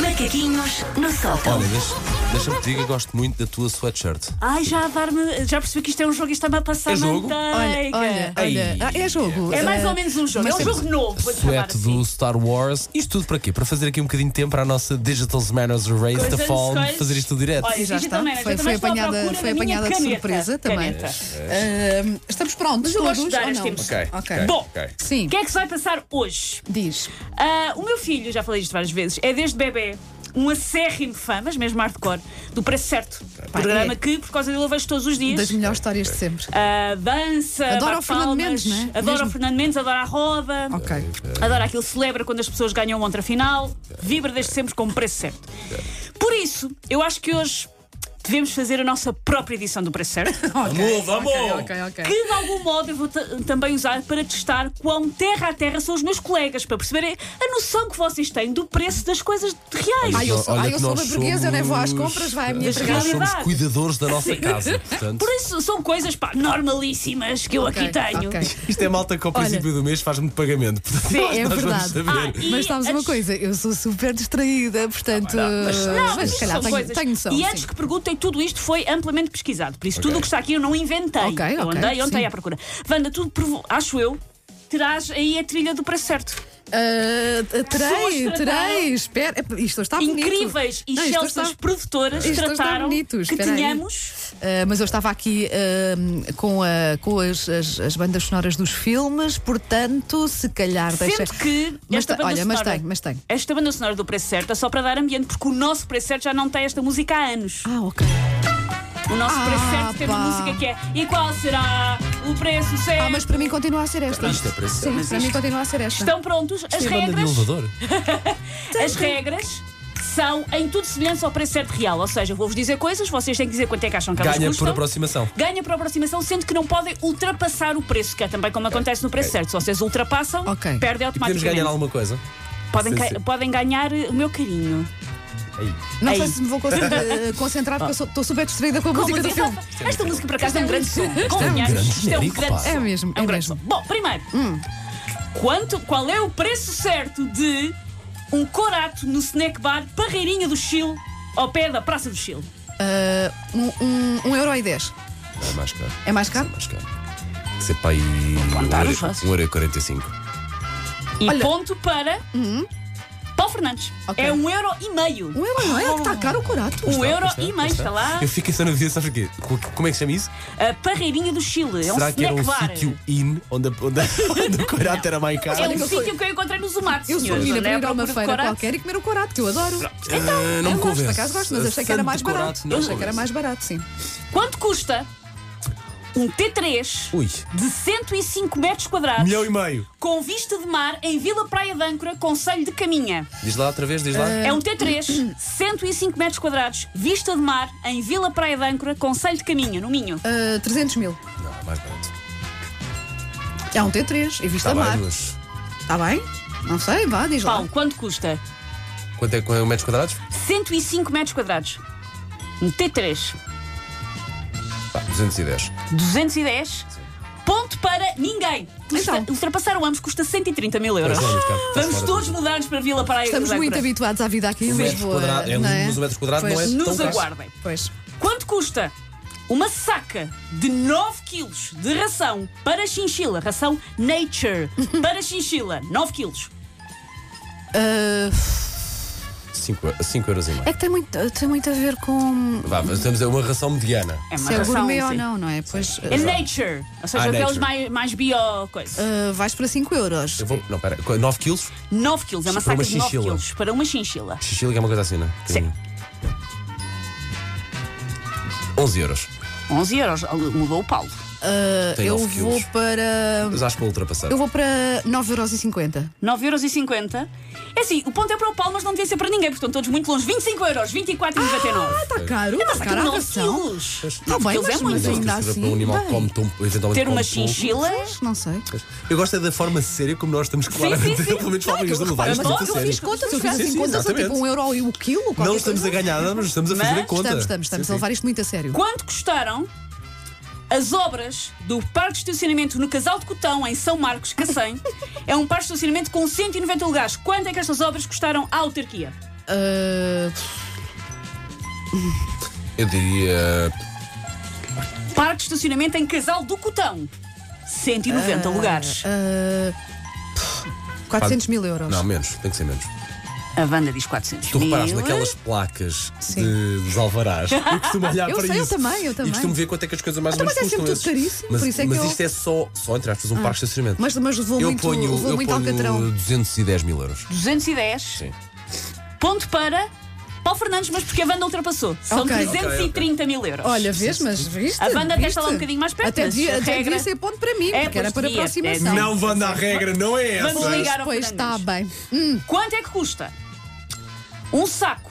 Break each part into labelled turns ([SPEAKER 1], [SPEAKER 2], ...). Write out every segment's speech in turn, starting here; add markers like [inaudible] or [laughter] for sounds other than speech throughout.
[SPEAKER 1] Macaquinhos no sótão.
[SPEAKER 2] Olha, deixa- deixa-me te dizer que eu gosto muito da tua sweatshirt.
[SPEAKER 3] Ai, já a dar-me. Já percebi que isto é um jogo e está-me a passar
[SPEAKER 2] É jogo?
[SPEAKER 3] manteiga.
[SPEAKER 4] Olha, olha.
[SPEAKER 2] Ei.
[SPEAKER 4] Ah, é jogo.
[SPEAKER 3] é mais
[SPEAKER 4] Ah,
[SPEAKER 3] ou menos um jogo.
[SPEAKER 4] mas
[SPEAKER 3] É um
[SPEAKER 4] sempre-
[SPEAKER 3] jogo novo. vou-lhe chamar
[SPEAKER 2] Sweat
[SPEAKER 3] assim.
[SPEAKER 2] do Star Wars. Isto tudo para quê? Para fazer aqui um bocadinho de tempo para a nossa Digital Manners Race
[SPEAKER 3] Coisas,
[SPEAKER 2] da Fall,
[SPEAKER 3] coisas.
[SPEAKER 2] fazer isto tudo direto.
[SPEAKER 3] Olha,
[SPEAKER 4] Já
[SPEAKER 3] digital
[SPEAKER 4] está.
[SPEAKER 3] manager,
[SPEAKER 4] Foi,
[SPEAKER 3] também
[SPEAKER 4] foi
[SPEAKER 3] estou à
[SPEAKER 4] apanhada,
[SPEAKER 3] procura
[SPEAKER 4] foi
[SPEAKER 3] da minha
[SPEAKER 4] apanhada de
[SPEAKER 3] caneta.
[SPEAKER 4] surpresa também.
[SPEAKER 3] Caneta.
[SPEAKER 4] Ah, estamos prontos
[SPEAKER 3] Mas eu
[SPEAKER 4] todos,
[SPEAKER 3] gosto de dar
[SPEAKER 4] ou
[SPEAKER 3] as
[SPEAKER 4] não?
[SPEAKER 3] tempos.
[SPEAKER 2] Ok,
[SPEAKER 4] Ok.
[SPEAKER 3] Bom,
[SPEAKER 4] Sim.
[SPEAKER 3] o que é que se vai passar hoje?
[SPEAKER 4] Diz.
[SPEAKER 3] Ah, o meu filho, já falei isto várias vezes, é desde bebê um acérrimo fã, mas mesmo hardcore, do Preço Certo. programa
[SPEAKER 4] é. Um
[SPEAKER 3] que, por causa dele, eu vejo todos os dias.
[SPEAKER 4] Das melhores histórias de sempre.
[SPEAKER 3] Ah, dança,
[SPEAKER 4] Adora
[SPEAKER 3] bate
[SPEAKER 4] o Fernando
[SPEAKER 3] palmas,
[SPEAKER 4] Mendes, não é?
[SPEAKER 3] Adora
[SPEAKER 4] Mesmo.
[SPEAKER 3] o Fernando Mendes, adora a roda.
[SPEAKER 4] Ok.
[SPEAKER 3] Adora aquilo, celebra quando as pessoas ganham outra final, vibra desde sempre com o preço certo.
[SPEAKER 4] É.
[SPEAKER 3] Por isso, eu acho que hoje devemos fazer a nossa própria edição do preço certo,
[SPEAKER 4] Ok,
[SPEAKER 2] vamos!
[SPEAKER 4] Ok, ok. ok.
[SPEAKER 3] que de algum modo eu vou ta- também usar para testar quão terra a terra são os meus colegas, para perceberem a noção que vocês têm do preço das coisas reais.
[SPEAKER 4] Ai, eu sou,
[SPEAKER 2] Olha
[SPEAKER 4] ai,
[SPEAKER 2] que
[SPEAKER 4] eu sou
[SPEAKER 2] nós
[SPEAKER 4] uma burguesa, eu nem vou às compras, vai a minha
[SPEAKER 2] Nós
[SPEAKER 4] empregada.
[SPEAKER 2] somos
[SPEAKER 3] realidade.
[SPEAKER 2] cuidadores da nossa casa. Portanto,
[SPEAKER 3] Por isso, são coisas pá, normalíssimas que eu
[SPEAKER 4] Ok,
[SPEAKER 3] aqui tenho.
[SPEAKER 4] ok.
[SPEAKER 2] isto é malta que ao
[SPEAKER 4] Olha.
[SPEAKER 2] princípio do mês faz-me de pagamento. Portanto,
[SPEAKER 3] Sim,
[SPEAKER 2] nós
[SPEAKER 4] é
[SPEAKER 2] vamos
[SPEAKER 4] verdade.
[SPEAKER 2] saber.
[SPEAKER 3] Ah, e
[SPEAKER 4] Mas sabes uma
[SPEAKER 3] antes-
[SPEAKER 4] coisa, eu sou super distraída, portanto.
[SPEAKER 3] Não,
[SPEAKER 4] mas se
[SPEAKER 3] isto
[SPEAKER 4] calhar
[SPEAKER 3] são
[SPEAKER 4] tenho,
[SPEAKER 3] coisas.
[SPEAKER 4] tenho noção.
[SPEAKER 3] E antes
[SPEAKER 4] sim.
[SPEAKER 3] que perguntem, tudo isto foi amplamente pesquisado. Por isso, tudo o que está aqui eu não inventei.
[SPEAKER 4] Ok,
[SPEAKER 3] eu
[SPEAKER 4] ok,
[SPEAKER 3] andei ontem
[SPEAKER 4] sim.
[SPEAKER 3] à procura. Wanda, tu, provo- acho eu, terás aí a trilha do preço certo.
[SPEAKER 4] Ah, terei,
[SPEAKER 3] Pessoas
[SPEAKER 4] terei, espera. é, Isto está bonito.
[SPEAKER 3] Incríveis e
[SPEAKER 4] Não, isto
[SPEAKER 3] excelsas
[SPEAKER 4] está-
[SPEAKER 3] produtoras
[SPEAKER 4] Isto está
[SPEAKER 3] trataram
[SPEAKER 4] bonito,
[SPEAKER 3] que
[SPEAKER 4] espera aí.
[SPEAKER 3] tenhamos.
[SPEAKER 4] Ah, mas eu estava aqui ah, com, a- com as, as- as bandas sonoras dos filmes, portanto, se calhar deixa.
[SPEAKER 3] Sendo que
[SPEAKER 4] Mas
[SPEAKER 3] esta
[SPEAKER 4] te-
[SPEAKER 3] banda
[SPEAKER 4] olha, mas
[SPEAKER 3] sonora,
[SPEAKER 4] tenho, mas tenho.
[SPEAKER 3] Esta banda sonora do preço certo é só para dar ambiente, porque o nosso preço certo já não tem esta música há anos.
[SPEAKER 4] Ah, ok.
[SPEAKER 3] O nosso
[SPEAKER 4] Ah,
[SPEAKER 3] preço certo tem
[SPEAKER 4] pá.
[SPEAKER 3] uma música que é E qual será o preço certo?
[SPEAKER 4] Ah, mas para mim continua a ser esta.
[SPEAKER 2] Isto é para ser,
[SPEAKER 4] Sim, para mim continua a ser esta.
[SPEAKER 3] Estão prontos as
[SPEAKER 2] Isto é banda de
[SPEAKER 3] regras? Ah,
[SPEAKER 2] elevador.
[SPEAKER 3] As regras são em tudo semelhantes ao preço certo real. Ou seja, eu vou-vos dizer coisas, vocês têm que dizer quanto é que acham que elas
[SPEAKER 2] Ganha
[SPEAKER 3] custam.
[SPEAKER 2] por aproximação.
[SPEAKER 3] Ganha por aproximação, sendo que não podem ultrapassar o preço, que é também como acontece no preço certo. Se vocês ultrapassam,
[SPEAKER 2] E
[SPEAKER 4] Ok.
[SPEAKER 3] perdem
[SPEAKER 2] podemos
[SPEAKER 3] automaticamente.
[SPEAKER 2] ganhar alguma coisa.
[SPEAKER 3] podem,
[SPEAKER 2] Sim,
[SPEAKER 3] ca-
[SPEAKER 2] sim.
[SPEAKER 3] podem ganhar eh, o meu carinho.
[SPEAKER 2] Aí.
[SPEAKER 4] Não
[SPEAKER 3] Ei.
[SPEAKER 4] sei se me vou
[SPEAKER 2] [laughs]
[SPEAKER 4] concentrar, concentrar porque eu sou- estou super distraída com a música do
[SPEAKER 3] Esta-
[SPEAKER 4] filme.
[SPEAKER 3] então Esta música por acaso é um grande som.
[SPEAKER 2] grande
[SPEAKER 3] Convenhamos, isto é um
[SPEAKER 2] genérico,
[SPEAKER 3] grande
[SPEAKER 2] pá.
[SPEAKER 3] som.
[SPEAKER 4] É mesmo,
[SPEAKER 3] É um
[SPEAKER 4] é
[SPEAKER 3] grande som.
[SPEAKER 4] mesmo.
[SPEAKER 3] Bom, primeiro,
[SPEAKER 4] Hum.
[SPEAKER 3] quanto, qual é o preço certo de um corato no snack bar Parreirinha do Chile, ao pé da Praça do Chile?
[SPEAKER 4] Ah, um, um, um euro e dez.
[SPEAKER 2] É mais caro.
[SPEAKER 4] É mais caro?
[SPEAKER 2] É mais caro. Tem que ser para aí.
[SPEAKER 3] contar, não
[SPEAKER 2] 1,45€.
[SPEAKER 3] faço.
[SPEAKER 2] Um euro e quarenta e cinco.
[SPEAKER 3] E
[SPEAKER 4] Olha. Uhum.
[SPEAKER 3] ponto para Paulo Fernandes.
[SPEAKER 4] Ok.
[SPEAKER 3] É um euro e meio.
[SPEAKER 4] Um euro não é? Que está caro o corato.
[SPEAKER 3] Um Ah. euro e meio, está lá.
[SPEAKER 2] é. Eu fico só na dúvida, sabe porquê? Co- Como é que chama isso?
[SPEAKER 3] A Parreirinha do Chile. É um
[SPEAKER 2] Será que era
[SPEAKER 3] snack
[SPEAKER 2] um
[SPEAKER 3] bar.
[SPEAKER 2] sítio in onde, onde, [laughs] onde o corato era mais caro?
[SPEAKER 3] É
[SPEAKER 4] Olha
[SPEAKER 3] um
[SPEAKER 4] que eu sou-
[SPEAKER 3] sítio que eu encontrei no Zumato,
[SPEAKER 4] Eu sou
[SPEAKER 3] senhores.
[SPEAKER 4] menina
[SPEAKER 3] Não é
[SPEAKER 4] para ir a uma
[SPEAKER 3] procura de
[SPEAKER 4] feira
[SPEAKER 3] corato.
[SPEAKER 4] qualquer e comer o corato, que eu adoro.
[SPEAKER 2] Ah, não me
[SPEAKER 4] eu gosto,
[SPEAKER 2] convence.
[SPEAKER 4] por acaso gosto, mas achei que era
[SPEAKER 2] Santo
[SPEAKER 4] mais
[SPEAKER 2] corato,
[SPEAKER 4] barato.
[SPEAKER 2] não
[SPEAKER 4] Eu achei que era
[SPEAKER 2] convence.
[SPEAKER 4] mais barato, sim.
[SPEAKER 3] Quanto custa um T3
[SPEAKER 2] Ui.
[SPEAKER 3] de 105 metros quadrados
[SPEAKER 2] Milhão e meio.
[SPEAKER 3] com vista de mar em Vila Praia de Âncora, Conselho de Caminha?
[SPEAKER 2] Diz lá outra vez, diz lá.
[SPEAKER 3] É um T3, 105 metros quadrados, vista de mar em Vila Praia de Âncora, Conselho de Caminha, no Minho.
[SPEAKER 4] Ah, 300 mil.
[SPEAKER 2] Não, é mais barato.
[SPEAKER 4] É um T3, e vista
[SPEAKER 2] Está
[SPEAKER 4] a mar.
[SPEAKER 2] Tá bem, mas.
[SPEAKER 4] Está bem? Não sei, vá, diz lá.
[SPEAKER 3] Paulo, quanto custa?
[SPEAKER 2] Quanto é que é metros quadrados?
[SPEAKER 3] 105 metros quadrados. Um T3.
[SPEAKER 2] Pá, 210.
[SPEAKER 3] 210. Ponto para ninguém. Custa,
[SPEAKER 4] Então.
[SPEAKER 3] Ultrapassaram ambos, custa 130 mil euros.
[SPEAKER 2] Pois é, muito caro. Está-se
[SPEAKER 3] Vamos
[SPEAKER 2] fora
[SPEAKER 3] todos
[SPEAKER 2] de-
[SPEAKER 3] mudar-nos para Vila Praia.
[SPEAKER 4] Estamos
[SPEAKER 3] da
[SPEAKER 4] muito
[SPEAKER 3] Âncora.
[SPEAKER 4] habituados à vida aqui em
[SPEAKER 2] O metro
[SPEAKER 4] Lisboa.
[SPEAKER 2] quadrado é
[SPEAKER 4] não
[SPEAKER 2] luz, o metro quadrado
[SPEAKER 4] pois,
[SPEAKER 2] não é tão
[SPEAKER 3] Nos
[SPEAKER 2] caro.
[SPEAKER 3] aguardem.
[SPEAKER 4] Pois.
[SPEAKER 3] Quanto custa uma saca de 9 quilos de ração para chinchila? Ração
[SPEAKER 4] [laughs]
[SPEAKER 3] Nature para chinchila, 9 quilos.
[SPEAKER 4] Ah,
[SPEAKER 2] 5, 5 euros e meio.
[SPEAKER 4] é que tem muito, tem muito a ver com
[SPEAKER 2] Vá, mas estamos a uma ração mediana.
[SPEAKER 3] É uma
[SPEAKER 4] se é
[SPEAKER 3] ração.
[SPEAKER 4] gourmet ou
[SPEAKER 3] sim.
[SPEAKER 4] não, não é? Pois. ah,
[SPEAKER 3] É Nature, ou seja,
[SPEAKER 2] Ah,
[SPEAKER 3] aqueles
[SPEAKER 2] nature.
[SPEAKER 3] mais, mais bio coisa.
[SPEAKER 4] ah, vais para 5 euros.
[SPEAKER 2] Eu vou. Não, pera. 9 quilos?
[SPEAKER 3] 9 quilos, é uma
[SPEAKER 2] Para
[SPEAKER 3] saca
[SPEAKER 2] uma
[SPEAKER 3] de 9
[SPEAKER 2] chinchila.
[SPEAKER 3] quilos para uma chinchila.
[SPEAKER 2] Xixila que é uma coisa assim, não é?
[SPEAKER 3] Sim.
[SPEAKER 2] 11 euros.
[SPEAKER 3] 11 euros, mudou o Paulo. Eh,
[SPEAKER 4] Ah,
[SPEAKER 2] Tem
[SPEAKER 4] eu
[SPEAKER 2] nove
[SPEAKER 4] vou
[SPEAKER 2] quilos.
[SPEAKER 4] para.
[SPEAKER 2] Mas acho que vou ultrapassar.
[SPEAKER 4] Eu vou para 9,50€.
[SPEAKER 3] 9,50€. É assim, o ponto é para o Paulo, mas não devia ser para ninguém, porque estão todos muito longe. 25 euros, 24,99.
[SPEAKER 4] Está caro,
[SPEAKER 3] Mas aquilo 9 quilos.
[SPEAKER 4] Está Tá bem,
[SPEAKER 3] quilos
[SPEAKER 4] mas,
[SPEAKER 3] é muito.
[SPEAKER 4] mas ainda
[SPEAKER 2] Para
[SPEAKER 4] assim.
[SPEAKER 2] um animal que
[SPEAKER 4] bem.
[SPEAKER 2] come tão, eventualmente
[SPEAKER 3] Ter uma
[SPEAKER 2] come pouco.
[SPEAKER 3] chinchila.
[SPEAKER 4] Não sei.
[SPEAKER 2] Eu gosto é da forma séria como nós estamos [laughs] claramente.
[SPEAKER 3] sim, sim.
[SPEAKER 2] Eu, pelo menos,
[SPEAKER 4] Não,
[SPEAKER 2] falo
[SPEAKER 4] é que eu,
[SPEAKER 2] isto a mudar
[SPEAKER 4] repara,
[SPEAKER 2] isto
[SPEAKER 4] mas
[SPEAKER 2] muito
[SPEAKER 4] eu
[SPEAKER 2] a sério.
[SPEAKER 4] fiz contas, se eu
[SPEAKER 2] Sim,
[SPEAKER 4] fizesse
[SPEAKER 2] sim,
[SPEAKER 4] contas a tipo
[SPEAKER 2] exatamente.
[SPEAKER 4] 1 euro e o quilo, qualquer
[SPEAKER 2] Não
[SPEAKER 4] coisa.
[SPEAKER 2] estamos a ganhar nada, mas estamos a fazer
[SPEAKER 3] Mas
[SPEAKER 2] a conta.
[SPEAKER 4] Estamos, estamos, estamos
[SPEAKER 2] Sim,
[SPEAKER 4] a
[SPEAKER 2] sim.
[SPEAKER 4] levar isto muito a sério.
[SPEAKER 3] Quanto custaram as obras do parque de estacionamento no Casal de Cotão, em São
[SPEAKER 4] [laughs]
[SPEAKER 3] Marcos, Cacém? é um parque de estacionamento com 190 lugares. Quanto é que estas obras custaram à autarquia?
[SPEAKER 4] Ah,
[SPEAKER 2] Eu diria.
[SPEAKER 3] Parque de estacionamento em Casal do Cotão. 190 lugares.
[SPEAKER 4] ah, pff, 400 mil euros.
[SPEAKER 2] Não, menos, tem que ser menos.
[SPEAKER 4] ah.
[SPEAKER 3] A Wanda diz 400
[SPEAKER 2] Tu
[SPEAKER 3] mil.
[SPEAKER 2] reparaste naquelas placas
[SPEAKER 4] Sim.
[SPEAKER 2] de, dos alvarás.
[SPEAKER 4] [laughs]
[SPEAKER 2] Eu costumo olhar
[SPEAKER 4] Eu
[SPEAKER 2] para
[SPEAKER 4] sei, eu
[SPEAKER 2] isso.
[SPEAKER 4] também, eu também.
[SPEAKER 2] E costumo ver quanto é que as coisas mais ou
[SPEAKER 4] Então,
[SPEAKER 2] menos
[SPEAKER 4] mas é sempre
[SPEAKER 2] custam.
[SPEAKER 4] tudo
[SPEAKER 2] esses.
[SPEAKER 4] caríssimo,
[SPEAKER 2] mas
[SPEAKER 4] por isso é que
[SPEAKER 2] mas
[SPEAKER 4] eu- Ah.
[SPEAKER 2] isto é só, só entre aspas, um parque de estacionamento.
[SPEAKER 4] Mas, mas levou
[SPEAKER 2] eu
[SPEAKER 4] muito,
[SPEAKER 2] ponho,
[SPEAKER 4] levou
[SPEAKER 2] eu
[SPEAKER 4] muito
[SPEAKER 2] ponho
[SPEAKER 4] alcatrão.
[SPEAKER 2] 210 mil euros.
[SPEAKER 3] 210.
[SPEAKER 2] Sim.
[SPEAKER 3] Ponto para Paulo Fernandes, mas porque a Wanda ultrapassou. São
[SPEAKER 4] Ok.
[SPEAKER 3] 330 mil euros.
[SPEAKER 4] Olha, vês, mas viste?
[SPEAKER 3] A banda até
[SPEAKER 4] Viste?
[SPEAKER 3] está lá um bocadinho mais perto,
[SPEAKER 4] Até
[SPEAKER 3] mas
[SPEAKER 4] devia,
[SPEAKER 3] a
[SPEAKER 4] até
[SPEAKER 3] regra-
[SPEAKER 4] devia ser ponto para mim,
[SPEAKER 3] É,
[SPEAKER 4] porque era
[SPEAKER 3] pois
[SPEAKER 4] para
[SPEAKER 3] devia, é,
[SPEAKER 4] aproximação.
[SPEAKER 3] não.
[SPEAKER 2] Wanda, a regra não é
[SPEAKER 3] Vamos ligar ao
[SPEAKER 4] Pois está
[SPEAKER 3] Fernandes.
[SPEAKER 4] bem.
[SPEAKER 3] Quanto é que custa? Um saco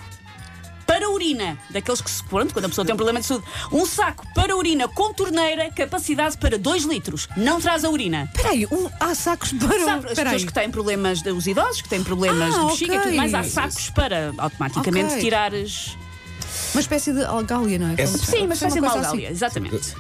[SPEAKER 3] para urina, daqueles que se pronto, quando a pessoa tem um problema de saúde, um saco para urina com torneira, capacidade para 2 litros. Não traz a urina.
[SPEAKER 4] Espera aí, um, há sacos para.
[SPEAKER 3] Sabe, as
[SPEAKER 4] Espera
[SPEAKER 3] pessoas
[SPEAKER 4] aí.
[SPEAKER 3] que têm problemas, de- os idosos que têm problemas
[SPEAKER 4] Ah,
[SPEAKER 3] de bexiga e
[SPEAKER 4] ok.
[SPEAKER 3] tudo mais, há sacos para automaticamente
[SPEAKER 4] Ok.
[SPEAKER 3] tirares.
[SPEAKER 4] Uma espécie de algália, não é?
[SPEAKER 2] É-
[SPEAKER 4] Como-
[SPEAKER 3] Sim, mas
[SPEAKER 4] uma
[SPEAKER 3] fazem mal,
[SPEAKER 4] coisa assim.
[SPEAKER 3] Dália, exatamente.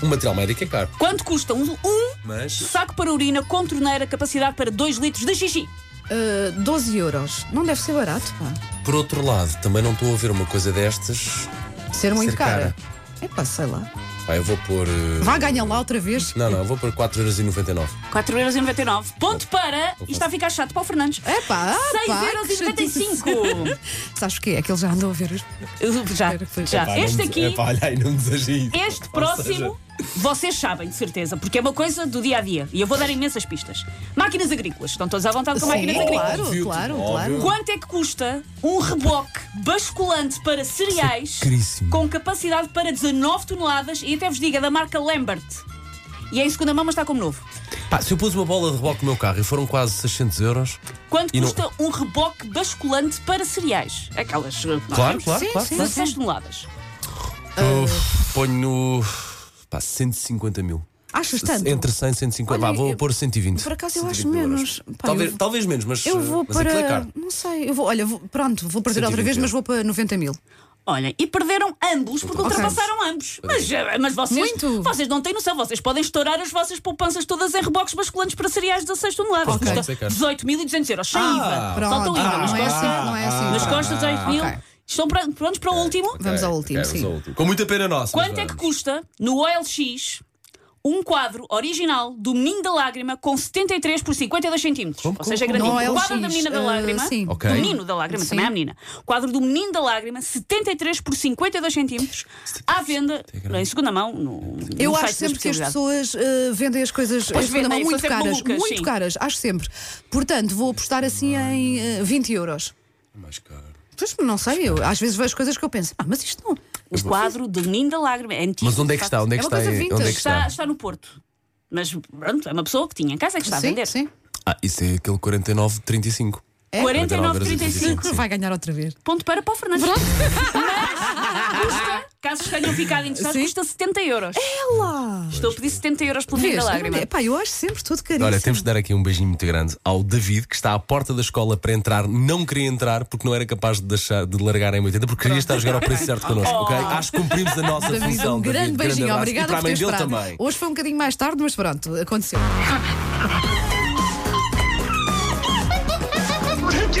[SPEAKER 2] O material médico é caro.
[SPEAKER 3] Quanto custa um, um
[SPEAKER 2] Mas.
[SPEAKER 3] saco para urina com torneira, capacidade para 2 litros de xixi?
[SPEAKER 4] Ah, 12 euros. Não deve ser barato, pá.
[SPEAKER 2] Por outro lado, também não estou a ver uma coisa destas.
[SPEAKER 4] Ser muito
[SPEAKER 2] Ser
[SPEAKER 4] cara. É pá, sei lá.
[SPEAKER 2] Pá, eu vou pôr. eh,
[SPEAKER 4] Vá ganhar lá outra vez.
[SPEAKER 2] Não, não, eu vou pôr 4,99€.
[SPEAKER 3] 4,99€. Ponto para. Isto está a ficar chato, Paulo Fernandes.
[SPEAKER 4] É pá, ah, pá, que chatice.
[SPEAKER 3] 6,95€.
[SPEAKER 4] Sabes o quê? É que ele já andou a ver os.
[SPEAKER 3] Eu- Já, já.
[SPEAKER 4] Ah,
[SPEAKER 2] Pá, não
[SPEAKER 3] este
[SPEAKER 2] me-
[SPEAKER 3] aqui,
[SPEAKER 2] epá, olha aí, não me desagire. [laughs]
[SPEAKER 3] este
[SPEAKER 2] Ou
[SPEAKER 3] próximo, vocês sabem, de certeza, porque é uma coisa do dia a dia. E eu vou dar imensas pistas. Máquinas agrícolas. Estão todos à vontade com máquinas
[SPEAKER 4] Sim,
[SPEAKER 3] agrícolas.
[SPEAKER 4] claro,
[SPEAKER 2] Óbvio,
[SPEAKER 4] claro,
[SPEAKER 2] óbvio.
[SPEAKER 4] claro.
[SPEAKER 3] Quanto é que custa um reboque basculante para cereais
[SPEAKER 2] é caríssimo.
[SPEAKER 3] com capacidade para 19 toneladas e até vos diga da marca Lambert? E é em segunda mão, mas está como novo.
[SPEAKER 2] Pá, se eu pus uma bola de reboque no meu carro e foram quase 600 euros.
[SPEAKER 3] Quanto
[SPEAKER 2] E não-
[SPEAKER 3] custa um reboque basculante para cereais? Aquelas. uh, nós
[SPEAKER 2] Claro,
[SPEAKER 3] temos?
[SPEAKER 2] claro,
[SPEAKER 4] Ah, Sim,
[SPEAKER 2] claro.
[SPEAKER 4] sim.
[SPEAKER 3] 16 toneladas.
[SPEAKER 2] Uf, ponho no. Pá, 150 mil.
[SPEAKER 4] Achas tanto?
[SPEAKER 2] Entre 100 e 150. Pá,
[SPEAKER 4] Olha,
[SPEAKER 2] vou
[SPEAKER 4] eu-
[SPEAKER 2] pôr 120.
[SPEAKER 4] Por acaso eu
[SPEAKER 2] 120
[SPEAKER 4] acho
[SPEAKER 2] mil euros.
[SPEAKER 4] menos. Pá,
[SPEAKER 2] talvez,
[SPEAKER 4] eu-
[SPEAKER 2] talvez menos, mas.
[SPEAKER 4] Eu vou eh,
[SPEAKER 2] mas aquilo é
[SPEAKER 4] para.
[SPEAKER 2] caro.
[SPEAKER 4] Não sei, eu vou. Olha, vou- pronto, vou perder outra
[SPEAKER 2] 120
[SPEAKER 4] vez,
[SPEAKER 2] mil.
[SPEAKER 4] mas vou para 90 mil.
[SPEAKER 3] Olha, e perderam ambos, porque
[SPEAKER 2] Então,
[SPEAKER 4] Ok.
[SPEAKER 3] ultrapassaram ambos. Mas, eh, mas vocês,
[SPEAKER 4] Muito.
[SPEAKER 3] vocês não têm noção, vocês podem estourar as vossas poupanças todas em reboques basculantes para cereais de 16 toneladas.
[SPEAKER 2] Ok.
[SPEAKER 3] Custa 18.200 euros, sem
[SPEAKER 2] Ah,
[SPEAKER 3] IVA. Faltam
[SPEAKER 4] Pronto,
[SPEAKER 3] IVA,
[SPEAKER 4] ah,
[SPEAKER 3] mas
[SPEAKER 4] não é
[SPEAKER 3] gosta.
[SPEAKER 4] assim, não é assim.
[SPEAKER 3] Mas costa 18 mil.
[SPEAKER 4] Ok.
[SPEAKER 3] Estão pr- prontos para o último?
[SPEAKER 4] Vamos ao último,
[SPEAKER 2] Ok, É, vamos
[SPEAKER 4] sim.
[SPEAKER 2] ao último. Com muita pena nossa. mas
[SPEAKER 3] Quanto é que
[SPEAKER 2] vamos.
[SPEAKER 3] custa no OLX um quadro original do Menino da Lágrima com 73 por 52 centímetros?
[SPEAKER 2] Como,
[SPEAKER 3] Ou
[SPEAKER 2] como,
[SPEAKER 3] seja, é
[SPEAKER 2] como?
[SPEAKER 3] grandinho.
[SPEAKER 4] No
[SPEAKER 3] O quadro
[SPEAKER 4] OLX,
[SPEAKER 3] da Menina da
[SPEAKER 4] eh,
[SPEAKER 3] Lágrima.
[SPEAKER 4] sim.
[SPEAKER 2] Ok.
[SPEAKER 3] Do Menino da Lágrima,
[SPEAKER 4] Sim.
[SPEAKER 3] também é a menina. Quadro do Menino da Lágrima, 73 por 52 centímetros, à venda em segunda mão no, no
[SPEAKER 4] Eu
[SPEAKER 3] site
[SPEAKER 4] acho sempre
[SPEAKER 3] da
[SPEAKER 4] que as
[SPEAKER 3] especialidade.
[SPEAKER 4] pessoas eh, vendem as coisas
[SPEAKER 3] Pois
[SPEAKER 4] em segunda mão
[SPEAKER 3] vendem,
[SPEAKER 4] muito
[SPEAKER 3] são sempre
[SPEAKER 4] caras.
[SPEAKER 3] malucas,
[SPEAKER 4] muito
[SPEAKER 3] sim.
[SPEAKER 4] caras, acho sempre. Portanto, vou apostar assim em eh, 20 euros.
[SPEAKER 2] Mais caro.
[SPEAKER 4] Pois não sei, eu às vezes vejo coisas que eu penso, ah, mas isto não.
[SPEAKER 3] O quadro do Menino da Lágrima é antigo.
[SPEAKER 2] Mas onde é que
[SPEAKER 3] de
[SPEAKER 2] está?
[SPEAKER 3] facto.
[SPEAKER 2] Onde é que
[SPEAKER 4] É uma
[SPEAKER 2] está?
[SPEAKER 4] coisa
[SPEAKER 2] em-
[SPEAKER 4] vintage.
[SPEAKER 2] Onde é que
[SPEAKER 3] Está,
[SPEAKER 2] está?
[SPEAKER 3] está no Porto. Mas pronto, é uma pessoa que tinha em casa que está a
[SPEAKER 4] sim,
[SPEAKER 3] vender.
[SPEAKER 4] sim.
[SPEAKER 2] Ah, isso é aquele 49,35.
[SPEAKER 4] É.
[SPEAKER 3] 49,35.
[SPEAKER 2] Sim.
[SPEAKER 4] Vai ganhar outra vez.
[SPEAKER 3] Ponto para Paulo Fernandes. Mas custa, caso tenham ficado interessados,
[SPEAKER 4] Sim.
[SPEAKER 3] custa 70 euros.
[SPEAKER 4] Ela!
[SPEAKER 3] Estou a pedir 70 euros pelo Menino
[SPEAKER 4] Vês?
[SPEAKER 3] da Lágrima.
[SPEAKER 4] Epá, eu acho sempre tudo caríssimo.
[SPEAKER 2] Olha, temos de dar aqui um beijinho muito grande ao David, que está à porta da escola para entrar, não queria entrar porque não era capaz de, deixar, de largar em 80, porque queria estar a jogar ao preço certo connosco,
[SPEAKER 4] [laughs]
[SPEAKER 2] ok? Acho que cumprimos a nossa
[SPEAKER 4] Oh. David,
[SPEAKER 2] função.
[SPEAKER 4] um grande
[SPEAKER 2] David,
[SPEAKER 4] beijinho,
[SPEAKER 2] abraço.
[SPEAKER 4] obrigada
[SPEAKER 2] E para a
[SPEAKER 4] por ter
[SPEAKER 2] mãe dele
[SPEAKER 4] esperado.
[SPEAKER 2] também.
[SPEAKER 4] Hoje foi um bocadinho mais tarde, mas pronto, aconteceu.
[SPEAKER 1] Take